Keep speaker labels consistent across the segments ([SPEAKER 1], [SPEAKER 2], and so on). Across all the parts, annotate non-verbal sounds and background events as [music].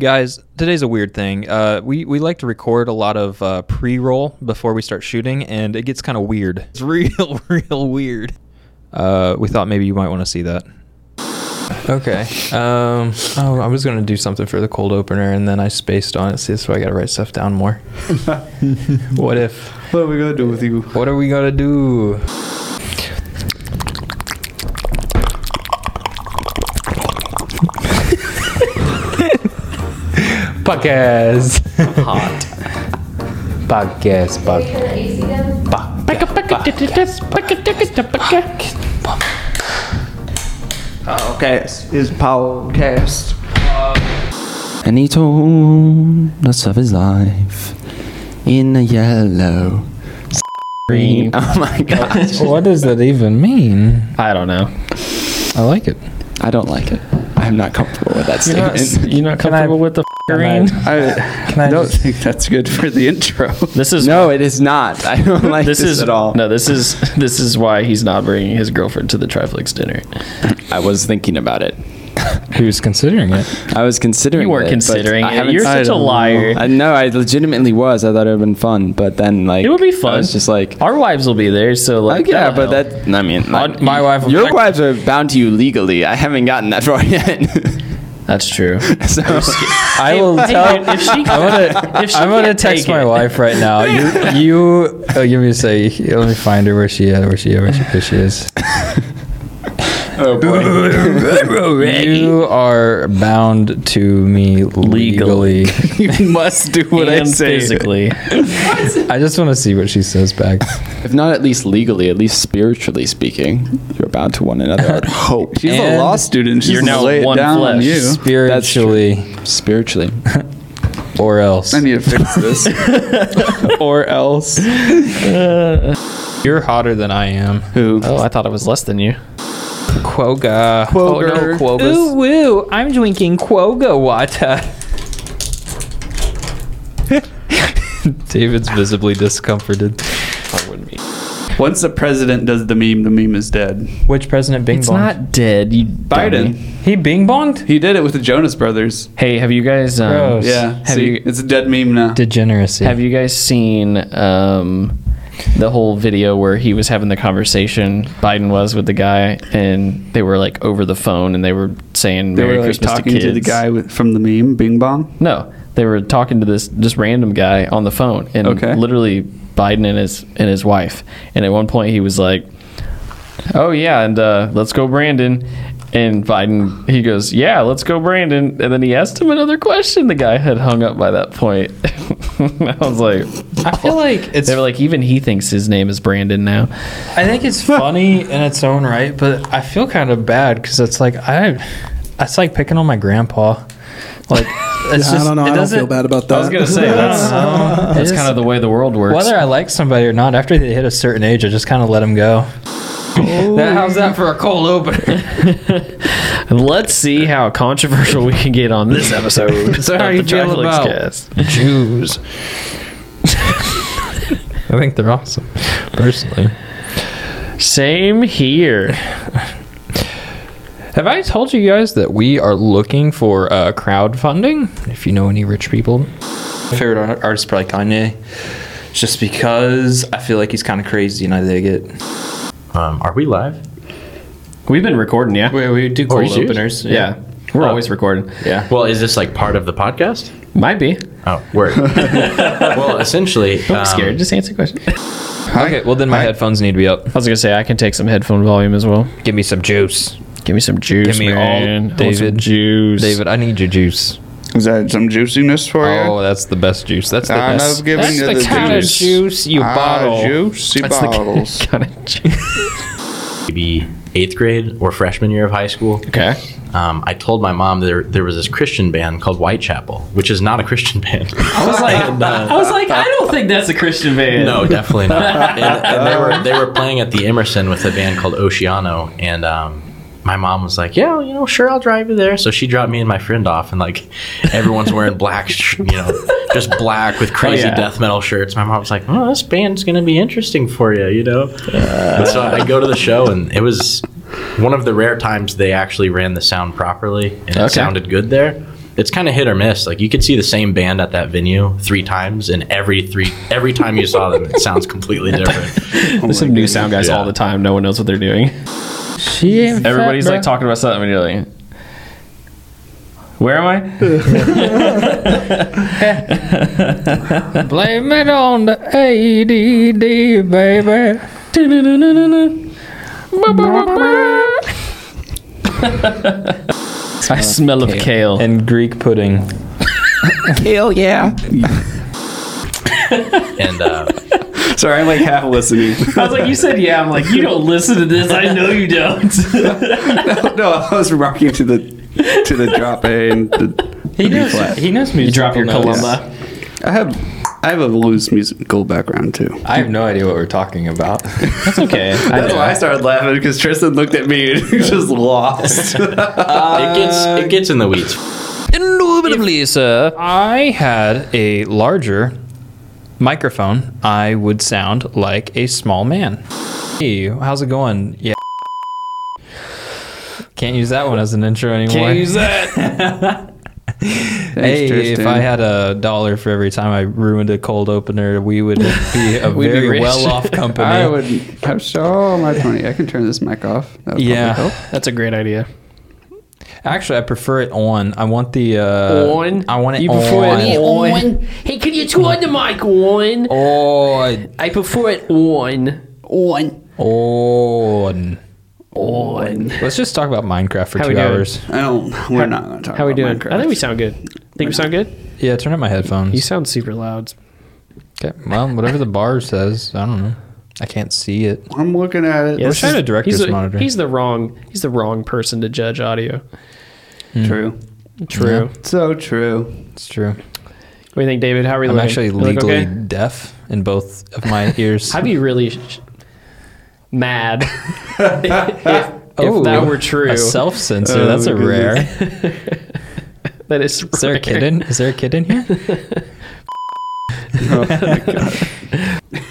[SPEAKER 1] Guys, today's a weird thing. Uh, we we like to record a lot of uh, pre-roll before we start shooting, and it gets kind of weird. It's [laughs] real, real weird. Uh, we thought maybe you might want to see that. Okay. Um, oh, I was gonna do something for the cold opener, and then I spaced on it. See, that's why I gotta write stuff down more.
[SPEAKER 2] [laughs]
[SPEAKER 1] what if?
[SPEAKER 2] What are we gonna do with you?
[SPEAKER 1] What are we gonna do? Podcast. Hot. Podcast.
[SPEAKER 3] Wait for the AC down.
[SPEAKER 2] Podcast is podcast. And he told us of his life in a yellow
[SPEAKER 4] [laughs]
[SPEAKER 2] green. Oh my gosh.
[SPEAKER 1] What does that even mean?
[SPEAKER 5] I don't know.
[SPEAKER 1] I like it.
[SPEAKER 2] [laughs] I don't like it. I'm not comfortable with that
[SPEAKER 5] You're not,
[SPEAKER 2] statement.
[SPEAKER 5] you're not comfortable with the f- green.
[SPEAKER 2] I,
[SPEAKER 4] Can I
[SPEAKER 2] don't
[SPEAKER 4] just-
[SPEAKER 2] think that's good for the intro.
[SPEAKER 5] This is
[SPEAKER 2] No, it is not. I don't like this,
[SPEAKER 5] This is
[SPEAKER 2] at all.
[SPEAKER 5] no. This is this is why he's not bringing his girlfriend to the Triflix dinner.
[SPEAKER 2] I was thinking about it.
[SPEAKER 4] He was considering it.
[SPEAKER 2] I was considering.
[SPEAKER 5] You weren't
[SPEAKER 2] it, but
[SPEAKER 5] considering
[SPEAKER 2] I
[SPEAKER 5] it.
[SPEAKER 2] haven't
[SPEAKER 5] You're
[SPEAKER 2] decided.
[SPEAKER 5] such a liar.
[SPEAKER 2] I know. I legitimately was. I thought it would have been fun, but then like
[SPEAKER 5] It would be
[SPEAKER 2] I
[SPEAKER 5] fun.
[SPEAKER 2] was just like,
[SPEAKER 5] Our wives will be there, so like
[SPEAKER 2] like, yeah,
[SPEAKER 5] that'll
[SPEAKER 2] but
[SPEAKER 5] help.
[SPEAKER 2] that. I mean,
[SPEAKER 4] My-
[SPEAKER 2] like,
[SPEAKER 4] my wife-
[SPEAKER 2] Your wives are bound to you legally. I haven't gotten that far [laughs] yet.
[SPEAKER 5] that's [laughs] true.
[SPEAKER 2] so [laughs]
[SPEAKER 4] I will tell.
[SPEAKER 5] if she,
[SPEAKER 4] I'm gonna.
[SPEAKER 5] if she
[SPEAKER 4] I'm gonna
[SPEAKER 5] can't
[SPEAKER 4] text
[SPEAKER 5] take
[SPEAKER 4] my
[SPEAKER 5] it-
[SPEAKER 4] wife right now. You. You. Oh, give me a say. Let me find her. Where she at? Where she at? Where she, where she is?
[SPEAKER 2] oh
[SPEAKER 4] [laughs]
[SPEAKER 2] boy.
[SPEAKER 5] [laughs]
[SPEAKER 4] You are bound to me legally. [laughs]
[SPEAKER 2] [laughs] you must do what I
[SPEAKER 5] and
[SPEAKER 2] say.
[SPEAKER 5] physically.
[SPEAKER 4] I just want to see what she says back.
[SPEAKER 2] [laughs] If not at least legally, at least spiritually speaking, you're bound to one
[SPEAKER 6] [laughs]
[SPEAKER 2] another. I'd hope.
[SPEAKER 6] She's
[SPEAKER 4] And
[SPEAKER 6] a law student. She's
[SPEAKER 5] you're
[SPEAKER 6] gonna
[SPEAKER 5] now
[SPEAKER 6] lay it
[SPEAKER 5] one
[SPEAKER 6] down on
[SPEAKER 5] flesh.
[SPEAKER 6] you.
[SPEAKER 4] Spiritually,
[SPEAKER 6] [laughs]
[SPEAKER 2] spiritually.
[SPEAKER 4] or else.
[SPEAKER 6] I need to fix this.
[SPEAKER 2] [laughs] or else.
[SPEAKER 4] You're hotter than I am.
[SPEAKER 2] [laughs] Who?
[SPEAKER 5] Oh, I thought it was less than you.
[SPEAKER 4] Quoga.
[SPEAKER 2] Quoger.
[SPEAKER 4] Oh, no, Quogas. Ooh, woo. I'm drinking Quoga water. [laughs] David's visibly discomforted.
[SPEAKER 6] [laughs] Once the president does the meme, the meme is dead.
[SPEAKER 4] Which president bing
[SPEAKER 5] It's
[SPEAKER 4] bonged?
[SPEAKER 5] not dead. You
[SPEAKER 6] Biden.
[SPEAKER 5] dummy.
[SPEAKER 4] He bing bonged?
[SPEAKER 6] He did it with the Jonas Brothers.
[SPEAKER 5] Hey, have you guys? Um,
[SPEAKER 4] Gross.
[SPEAKER 6] Yeah.
[SPEAKER 5] Have
[SPEAKER 6] see,
[SPEAKER 5] you-
[SPEAKER 6] it's a dead meme now.
[SPEAKER 4] Degeneracy.
[SPEAKER 5] Have you guys seen um, the whole video where he was having the conversation Biden was with the guy, and they were like over the phone, and they were saying
[SPEAKER 6] they
[SPEAKER 5] Merry
[SPEAKER 6] were like
[SPEAKER 5] Christmas
[SPEAKER 6] talking
[SPEAKER 5] to
[SPEAKER 6] to,
[SPEAKER 5] kids.
[SPEAKER 6] the guy with, from the meme, Bing Bong.
[SPEAKER 5] No, they were talking to this just random guy on the phone, and
[SPEAKER 6] Okay.
[SPEAKER 5] literally Biden and his and his wife. And at one point, he was like, "Oh yeah, and uh, let's go, Brandon." And Biden, he goes, "Yeah, let's go, Brandon." And then he asked him another question. The guy had hung up by that point. [laughs] I was like,
[SPEAKER 4] I feel like it's.
[SPEAKER 5] they were like, even he thinks his name is Brandon now.
[SPEAKER 4] I
[SPEAKER 7] [laughs]
[SPEAKER 4] think it's funny in its own right, but I feel kind of bad because it's like I, it's like picking on my grandpa.
[SPEAKER 7] [laughs]
[SPEAKER 4] Like it's just.
[SPEAKER 7] I don't know.
[SPEAKER 4] It
[SPEAKER 7] I don't
[SPEAKER 4] doesn't,
[SPEAKER 7] feel bad about that.
[SPEAKER 5] I was
[SPEAKER 7] [laughs]
[SPEAKER 5] gonna say that's that's kind of the way the world works.
[SPEAKER 4] Uh, Whether I like somebody or not, after they hit a certain age, I just kind of let them go. That- how's that for a cold opener?
[SPEAKER 5] Let's see how controversial we can get on
[SPEAKER 4] [laughs]
[SPEAKER 5] this episode.
[SPEAKER 4] So how
[SPEAKER 5] of
[SPEAKER 4] you
[SPEAKER 5] the
[SPEAKER 4] feel
[SPEAKER 5] Triflix
[SPEAKER 4] about-
[SPEAKER 5] Cast.
[SPEAKER 4] Jews. [laughs] I think they're awesome, personally.
[SPEAKER 5] Same here.
[SPEAKER 4] Have I told you guys that we are looking for uh, crowdfunding? If you know any rich people, favorite ar- artist probably Kanye, just because I feel like he's kind of crazy and I dig it.
[SPEAKER 8] Um, are we live?
[SPEAKER 5] We've been recording, yeah.
[SPEAKER 4] We, we do cold
[SPEAKER 8] you serious?
[SPEAKER 4] openers,
[SPEAKER 5] Oh, yeah. We're always recording.
[SPEAKER 4] yeah.
[SPEAKER 8] Well, is this like part of the podcast?
[SPEAKER 5] Might be.
[SPEAKER 8] Oh, word. [laughs] well, essentially,
[SPEAKER 5] Don't
[SPEAKER 8] um,
[SPEAKER 5] be scared. Just answer the question. I
[SPEAKER 4] Okay, well then my headphones need to be up.
[SPEAKER 5] was gonna say I can take some headphone volume as well.
[SPEAKER 4] Give me some juice,
[SPEAKER 5] Give me some juice.
[SPEAKER 4] Give me all
[SPEAKER 5] man. I want some
[SPEAKER 4] David-
[SPEAKER 5] juice.
[SPEAKER 4] David. I need your juice.
[SPEAKER 6] Is that some juiciness for
[SPEAKER 4] Oh, that's the best juice. That's
[SPEAKER 9] Ah,
[SPEAKER 4] the
[SPEAKER 6] I'm
[SPEAKER 4] best.
[SPEAKER 6] not giving
[SPEAKER 4] that's
[SPEAKER 6] you
[SPEAKER 4] the, Ah,
[SPEAKER 6] the
[SPEAKER 4] kind of
[SPEAKER 5] juice.
[SPEAKER 4] juice you
[SPEAKER 7] Ah,
[SPEAKER 4] bottle.
[SPEAKER 6] juicy
[SPEAKER 5] That's the [laughs] kind of juice.
[SPEAKER 8] maybe eighth grade or freshman year of high school.
[SPEAKER 5] Okay.
[SPEAKER 8] Um, I told my mom there there was this Christian band called Whitechapel, which is not a Christian band. uh,
[SPEAKER 5] I was
[SPEAKER 8] [laughs]
[SPEAKER 5] like, [laughs] I was like, I don't think that's a Christian band.
[SPEAKER 8] no, definitely not. And, and they were they were playing at the Emerson with a band called Oceano, and um, my mom was like, "Yeah, you know, sure, I'll drive you there." So she dropped me and my friend off, and like everyone's wearing black, sh- you know, just black with crazy
[SPEAKER 5] yeah.
[SPEAKER 8] death metal shirts. My mom was like, "Oh, this band's gonna be interesting for you," you know. And so I go to the show, and it was one of the rare times they actually ran the sound properly, and it
[SPEAKER 5] Okay.
[SPEAKER 8] sounded good there. it's kind of hit or miss. Like you could see the same band at that venue three times, and every three every time you saw them, it sounds completely
[SPEAKER 5] [laughs]
[SPEAKER 8] different.
[SPEAKER 5] There's some new sound guys all the time. No one knows what they're doing. Everybody's like talking about something, and you're like, "Where am I?"
[SPEAKER 4] [laughs] Blame it on the ADD, baby.
[SPEAKER 5] I smell of kale.
[SPEAKER 4] And Greek pudding.
[SPEAKER 10] Hell
[SPEAKER 6] [laughs]
[SPEAKER 10] yeah.
[SPEAKER 8] And uh,
[SPEAKER 2] Sorry, I'm like half listening.
[SPEAKER 5] [laughs]
[SPEAKER 6] [laughs]
[SPEAKER 5] I was like, "You said yeah." I'm like, "You don't listen to this. I know you don't."
[SPEAKER 2] no, I was remarking to the to the drop A and the,
[SPEAKER 4] He knows.
[SPEAKER 2] B-flat.
[SPEAKER 4] He knows music.
[SPEAKER 5] You drop your Columba.
[SPEAKER 2] I have I have a loose musical background too.
[SPEAKER 9] I have no idea what we're talking about. [laughs]
[SPEAKER 2] [laughs]
[SPEAKER 5] That's okay. I
[SPEAKER 2] That's why I started laughing because Tristan looked at me and he was just lost.
[SPEAKER 8] it gets it gets in the weeds.
[SPEAKER 4] Indubitably, sir. I had a larger microphone, I would sound like a small man. Hey, how's it going? Yeah. Can't use that one as an intro anymore.
[SPEAKER 5] can't use that.
[SPEAKER 4] Hey, if
[SPEAKER 2] Tristan.
[SPEAKER 4] I had a dollar for every time I ruined a cold opener, we would be a
[SPEAKER 5] [laughs] We'd be
[SPEAKER 4] very
[SPEAKER 5] rich.
[SPEAKER 4] well-off company.
[SPEAKER 2] I would have so much money. I can turn this mic off. That would
[SPEAKER 4] Yeah.
[SPEAKER 2] probably help.
[SPEAKER 5] That's a great idea.
[SPEAKER 4] Actually, I prefer it on. I want the uh,
[SPEAKER 5] on.
[SPEAKER 4] I want it
[SPEAKER 5] you prefer
[SPEAKER 4] on.
[SPEAKER 5] it on. Hey, can you turn the mic on?
[SPEAKER 4] on.
[SPEAKER 5] I prefer it on.
[SPEAKER 2] Oh,
[SPEAKER 4] On.
[SPEAKER 5] On.
[SPEAKER 4] Let's just talk about Minecraft for
[SPEAKER 5] How we
[SPEAKER 4] two
[SPEAKER 5] doing?
[SPEAKER 4] hours.
[SPEAKER 2] I don't. We're not going to talk.
[SPEAKER 5] How we
[SPEAKER 2] about
[SPEAKER 5] doing?
[SPEAKER 2] Minecraft.
[SPEAKER 5] I think we sound good. Think we sound good?
[SPEAKER 4] Yeah, turn up my headphones.
[SPEAKER 5] You sound super loud.
[SPEAKER 4] Okay. Well, whatever the bar says, I don't know. I can't see it.
[SPEAKER 2] I'm looking at it.
[SPEAKER 4] We're trying to direct
[SPEAKER 5] he's
[SPEAKER 4] this
[SPEAKER 5] the,
[SPEAKER 4] monitor.
[SPEAKER 5] He's the wrong. He's the wrong person to judge audio. Hmm.
[SPEAKER 2] True.
[SPEAKER 5] True.
[SPEAKER 2] So true.
[SPEAKER 4] It's true.
[SPEAKER 5] What do you think, David? How are you
[SPEAKER 4] I'm
[SPEAKER 5] looking?
[SPEAKER 4] actually
[SPEAKER 5] You look
[SPEAKER 4] legally
[SPEAKER 5] okay?
[SPEAKER 4] deaf in both of
[SPEAKER 5] [laughs]
[SPEAKER 4] my ears.
[SPEAKER 5] I'd be really sh- mad [laughs] if,
[SPEAKER 4] Oh,
[SPEAKER 5] if that were true. Oh,
[SPEAKER 4] A self censor. That's a rare.
[SPEAKER 2] goodness.
[SPEAKER 4] Is
[SPEAKER 5] that is.
[SPEAKER 4] there a
[SPEAKER 5] rare.
[SPEAKER 4] kid in? Is there a kid in
[SPEAKER 5] [laughs]
[SPEAKER 4] here?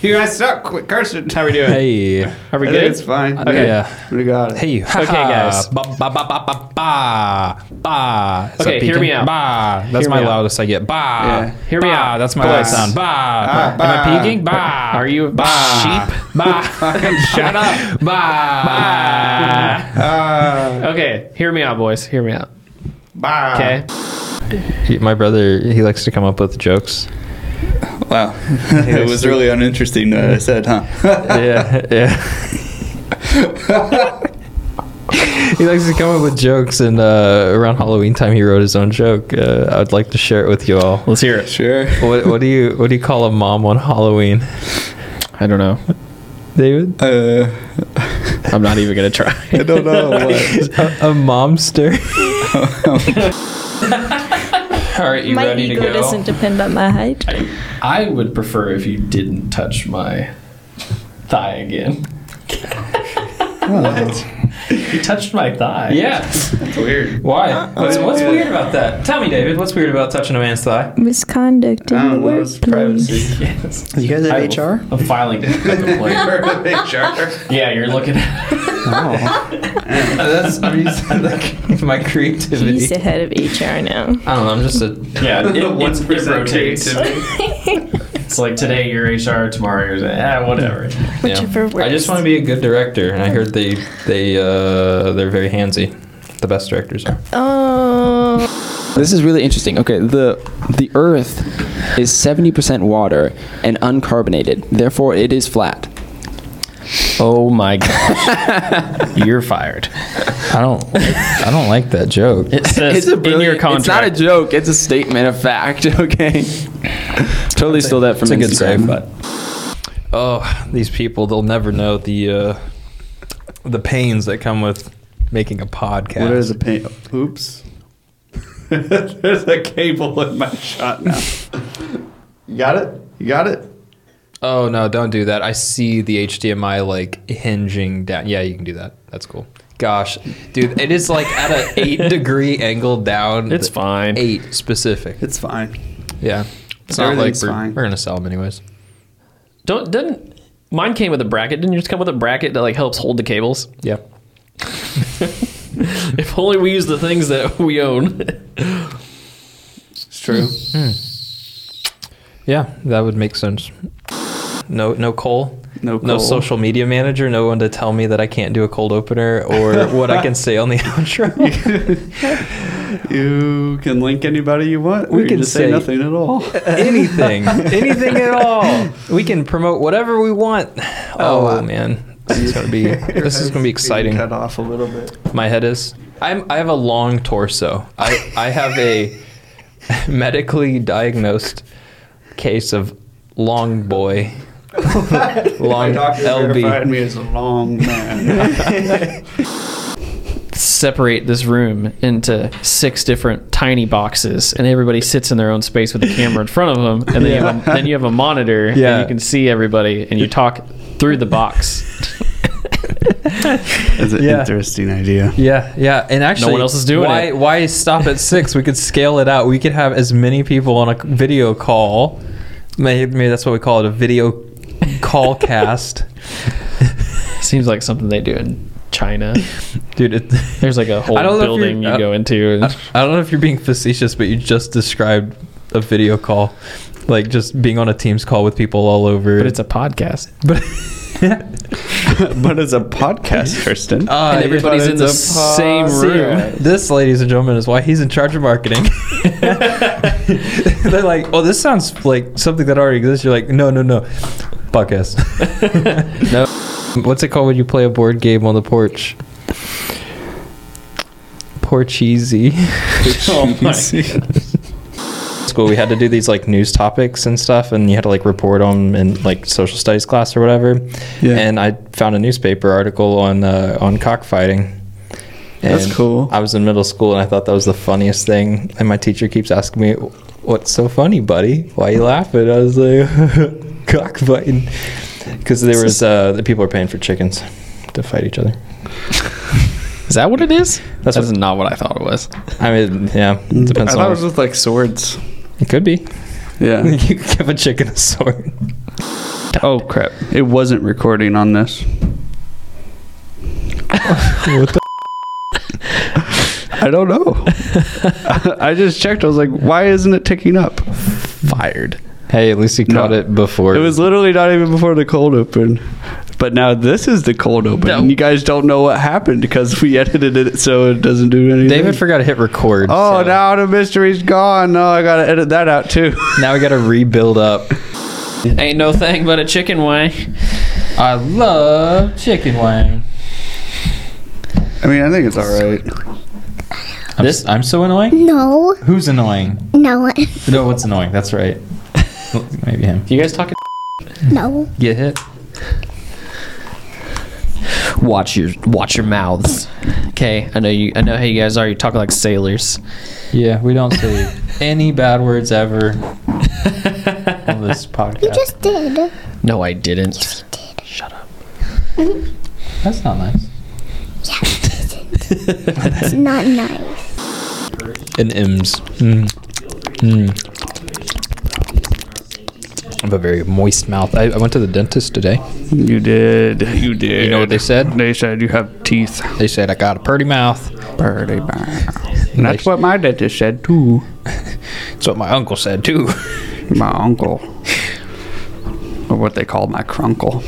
[SPEAKER 2] You're not stuck, quick Carson.
[SPEAKER 5] How are we doing?
[SPEAKER 4] Hey.
[SPEAKER 5] Are we
[SPEAKER 2] I
[SPEAKER 5] good? Uh,
[SPEAKER 2] think it's fine.
[SPEAKER 5] Okay.
[SPEAKER 4] Yeah.
[SPEAKER 2] We got it.
[SPEAKER 4] Hey.
[SPEAKER 5] Okay, guys.
[SPEAKER 4] Ba ba ba ba ba ba. ba. Is that
[SPEAKER 5] Okay, hear
[SPEAKER 4] beacon?
[SPEAKER 5] me out.
[SPEAKER 4] Ba. That's
[SPEAKER 5] Hear
[SPEAKER 4] my
[SPEAKER 5] me out.
[SPEAKER 4] loudest I get. Ba.
[SPEAKER 2] Yeah.
[SPEAKER 5] Hear me
[SPEAKER 4] Ba.
[SPEAKER 5] out.
[SPEAKER 4] That's my loudest
[SPEAKER 5] Please.
[SPEAKER 4] sound. Ba.
[SPEAKER 2] Ah,
[SPEAKER 4] Am I
[SPEAKER 2] ba.
[SPEAKER 4] peaking? Ba.
[SPEAKER 5] Are you a sheep?
[SPEAKER 4] Ba. [laughs] Shut up. Ba. Ba.
[SPEAKER 2] Uh,
[SPEAKER 5] Okay, hear me out, boys. Hear me out.
[SPEAKER 2] bye.
[SPEAKER 5] Okay.
[SPEAKER 4] He- my brother, he likes to come up with [laughs] jokes.
[SPEAKER 2] [laughs] Wow. it was really uninteresting that I said, huh? [laughs]
[SPEAKER 4] Yeah, yeah. [laughs] he likes to come up with jokes, and uh, around Halloween time, he wrote his own joke. Uh, I'd like to share it with you all.
[SPEAKER 5] Let's hear it.
[SPEAKER 2] sure.
[SPEAKER 4] What, what do you what do you call a mom on Halloween,
[SPEAKER 5] I don't know.
[SPEAKER 4] David?
[SPEAKER 2] Uh,
[SPEAKER 5] I'm not even gonna try.
[SPEAKER 2] I don't know [laughs]
[SPEAKER 5] [laughs]
[SPEAKER 2] what.
[SPEAKER 4] A, a momster. [laughs] all right, you
[SPEAKER 11] My ego doesn't depend on my height.
[SPEAKER 5] I would prefer if you didn't touch my thigh again. [laughs] You touched my thigh.
[SPEAKER 4] Yeah. That's weird. Why? What's, what's weird about that? Tell me, David. What's weird about touching a man's thigh?
[SPEAKER 11] Misconduct in the workplace.
[SPEAKER 5] Yes.
[SPEAKER 10] You guys
[SPEAKER 5] I-
[SPEAKER 10] have HR?
[SPEAKER 5] I'm filing a complaint. Yeah, you're looking at
[SPEAKER 4] That's I mean, my creativity.
[SPEAKER 11] [laughs] He's the head of HR now.
[SPEAKER 4] I don't know. I'm just a
[SPEAKER 5] Yeah, it, it's, it rotates. [laughs] it's like today you're HR, tomorrow you're eh, whatever.
[SPEAKER 11] Whichever works.
[SPEAKER 4] I just want to be a good director, and I heard they they uh, they're very handsy. The best directors are.
[SPEAKER 11] Oh,
[SPEAKER 10] This is really interesting. Okay, the the Earth is seventy percent water and uncarbonated. Therefore, it is flat.
[SPEAKER 5] Oh my gosh. [laughs] you're fired.
[SPEAKER 4] I don't I don't like that joke.
[SPEAKER 5] It says in your contract.
[SPEAKER 10] It's not a joke. It's a statement of fact. [laughs] Okay. totally stole that from
[SPEAKER 4] It's a good
[SPEAKER 10] Instagram.
[SPEAKER 4] save, but oh, these people they'll never know the uh, the pains that come with making a podcast.
[SPEAKER 2] What is a pain? Oops. [laughs] There's a cable in my shot now. you got it? You got it?
[SPEAKER 4] Oh no, don't do that. I see the HDMI like hinging down. Yeah, you can do that. That's cool. Gosh, dude, it is like at an
[SPEAKER 5] [laughs]
[SPEAKER 4] eight degree angle down.
[SPEAKER 5] It's fine.
[SPEAKER 4] Eight specific.
[SPEAKER 2] It's fine.
[SPEAKER 4] Yeah. It's not like
[SPEAKER 2] Everything's
[SPEAKER 4] we're,
[SPEAKER 2] fine.
[SPEAKER 4] we're gonna sell them anyways.
[SPEAKER 5] Don't didn't mine came with a bracket. Didn't yours come with a bracket that like helps hold the cables? [laughs]
[SPEAKER 4] Yeah.
[SPEAKER 5] [laughs] If only we use the things that we own.
[SPEAKER 2] It's true.
[SPEAKER 4] Yeah, that would make sense. No, no Cole.
[SPEAKER 2] No
[SPEAKER 4] No
[SPEAKER 2] Cole.
[SPEAKER 4] social media manager. No one to tell me that I can't do a cold opener
[SPEAKER 2] [laughs]
[SPEAKER 4] or what I can say on the [laughs] outro.
[SPEAKER 2] You can link anybody you want.
[SPEAKER 4] We
[SPEAKER 2] or you
[SPEAKER 4] can
[SPEAKER 2] just
[SPEAKER 4] say-
[SPEAKER 2] say nothing at all.
[SPEAKER 4] [laughs]
[SPEAKER 2] [laughs]
[SPEAKER 4] anything, anything at all. We can promote whatever we want. Oh,
[SPEAKER 2] uh,
[SPEAKER 4] man, this is
[SPEAKER 2] [laughs]
[SPEAKER 4] gonna be this is gonna be exciting.
[SPEAKER 2] Cut off a little bit.
[SPEAKER 4] My head is. I'm. I have a long torso. I. I have a [laughs] medically diagnosed case of long boy. [laughs]
[SPEAKER 2] [laughs]
[SPEAKER 4] long
[SPEAKER 2] verified
[SPEAKER 4] LB.
[SPEAKER 2] me as a long man.
[SPEAKER 4] [laughs]
[SPEAKER 5] separate this room into six different tiny boxes, and everybody sits in their own space with a camera in front of them, and then, you, have a, then you have a monitor,
[SPEAKER 4] Yeah.
[SPEAKER 5] and you can see everybody, and you talk through the [laughs] box.
[SPEAKER 2] That's an
[SPEAKER 4] Yeah.
[SPEAKER 2] interesting idea.
[SPEAKER 4] Yeah, yeah, and actually,
[SPEAKER 5] else is doing
[SPEAKER 4] why,
[SPEAKER 5] it.
[SPEAKER 4] Why stop at six? We could scale it out. We could have as many people on a c- video call. Maybe, maybe that's what we call it—a video call
[SPEAKER 5] [laughs]
[SPEAKER 4] cast.
[SPEAKER 5] Seems like something they do in China.
[SPEAKER 4] Dude, it,
[SPEAKER 5] There's like a whole
[SPEAKER 4] I don't know if
[SPEAKER 5] building you
[SPEAKER 4] you're- uh,
[SPEAKER 5] go into. And,
[SPEAKER 4] I, I don't know if you're being facetious, but you just described a video call, like just being on a Teams call with people all over.
[SPEAKER 5] but it's a podcast.
[SPEAKER 4] but [laughs]
[SPEAKER 2] [laughs] but as a podcast, Kirsten.
[SPEAKER 4] uh,
[SPEAKER 5] and everybody's
[SPEAKER 4] it's-
[SPEAKER 5] in the
[SPEAKER 4] [laughs]
[SPEAKER 5] same room.
[SPEAKER 4] This, ladies and gentlemen, is why he's in charge of
[SPEAKER 5] [laughs]
[SPEAKER 4] marketing. [laughs] They're like, "Oh, this sounds like something that already exists." You're like, "No, no, no,
[SPEAKER 5] [laughs]
[SPEAKER 4] podcast." no, [laughs] what's it called when you play a board game on the porch? Porcheesy.
[SPEAKER 2] oh my
[SPEAKER 4] school we had to do these like news topics and stuff and you had to like report on them in like social studies class or whatever
[SPEAKER 2] Yeah.
[SPEAKER 4] and i found a newspaper article on uh, on cockfighting
[SPEAKER 2] That's cool.
[SPEAKER 4] i was in middle school and i thought that was the funniest thing and my teacher keeps asking me what's so funny buddy why you laughing i was like [laughs] cockfighting because there was uh the people are paying for chickens to fight each other
[SPEAKER 5] Is that what it is? That's,
[SPEAKER 4] That's what-
[SPEAKER 5] not what I thought it was.
[SPEAKER 4] i mean yeah it
[SPEAKER 2] Mm. I
[SPEAKER 4] depends
[SPEAKER 2] thought it
[SPEAKER 4] on
[SPEAKER 2] was with like swords.
[SPEAKER 4] it could be [laughs]
[SPEAKER 2] Yeah.
[SPEAKER 4] you could give a chicken [laughs] a sword
[SPEAKER 2] oh crap! It wasn't recording on this.
[SPEAKER 4] [laughs] What the-
[SPEAKER 2] I don't know.
[SPEAKER 4] [laughs]
[SPEAKER 2] [laughs] I just checked. I was like, why isn't it ticking up?
[SPEAKER 5] Fired.
[SPEAKER 4] hey at least you
[SPEAKER 2] No.
[SPEAKER 4] caught it before
[SPEAKER 2] It was literally not even before the cold open. But now this is the cold open.
[SPEAKER 5] No.
[SPEAKER 2] and You guys don't know what happened because we [laughs] edited it so it doesn't do anything.
[SPEAKER 4] David forgot to hit record.
[SPEAKER 2] Oh,
[SPEAKER 4] so
[SPEAKER 2] now the mystery's gone. No, I gotta edit that out too. [laughs]
[SPEAKER 4] now we got to rebuild up.
[SPEAKER 5] Ain't no thing but a chicken wing.
[SPEAKER 9] I love chicken wing.
[SPEAKER 2] I mean, I think it's all right.
[SPEAKER 9] I'm, this I'm so annoying.
[SPEAKER 12] No,
[SPEAKER 9] Who's annoying?
[SPEAKER 12] no one.
[SPEAKER 9] No, what's annoying? That's right. Maybe him.
[SPEAKER 5] You guys talking?
[SPEAKER 12] No.
[SPEAKER 9] Get hit.
[SPEAKER 5] Watch your watch your mouths. Okay, I know you. I know how you guys are. You talk like sailors.
[SPEAKER 9] Yeah, we don't say any bad words ever on this
[SPEAKER 4] [laughs]
[SPEAKER 9] podcast.
[SPEAKER 12] You just did.
[SPEAKER 5] No, I didn't.
[SPEAKER 9] That's not nice.
[SPEAKER 12] It's not nice.
[SPEAKER 4] And M's. Mm. Mm. I have a very moist mouth. I, I went to the dentist today.
[SPEAKER 2] You did. [laughs] You did.
[SPEAKER 4] You know what they said?
[SPEAKER 2] They said you have teeth.
[SPEAKER 4] They said I got a pretty mouth.
[SPEAKER 2] Pretty bad. And that's what my dentist said too.
[SPEAKER 4] That's what my uncle said too.
[SPEAKER 2] My uncle. Or what they call my crunkle.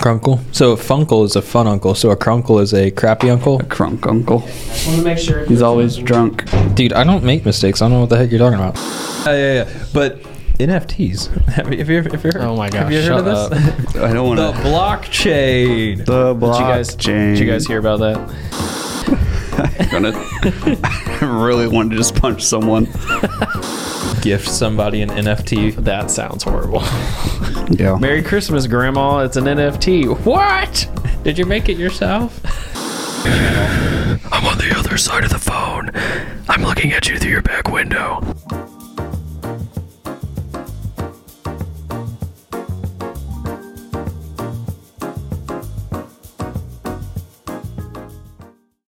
[SPEAKER 4] Crunkle. So funkle is a fun uncle. So a crunkle is a crappy uncle.
[SPEAKER 2] Crunk uncle. He's always drunk.
[SPEAKER 4] Dude, I don't make mistakes. I don't know what the heck you're talking about. Yeah, yeah, yeah. But NFTs. [laughs] Have you, have you, have you heard,
[SPEAKER 5] Oh my gosh,
[SPEAKER 4] Have you heard
[SPEAKER 5] shut
[SPEAKER 4] of this?
[SPEAKER 2] I don't want
[SPEAKER 4] the
[SPEAKER 2] to.
[SPEAKER 4] blockchain.
[SPEAKER 2] The
[SPEAKER 5] Did you guys? Did you guys hear about that?
[SPEAKER 2] Gonna, I really wanted to just punch someone.
[SPEAKER 4] Gift somebody an NFT.
[SPEAKER 5] That sounds horrible.
[SPEAKER 2] Yeah.
[SPEAKER 5] Merry Christmas, Grandma. It's an NFT. What? Did you make it yourself? I'm on the other side of the phone. I'm looking at you through your back window.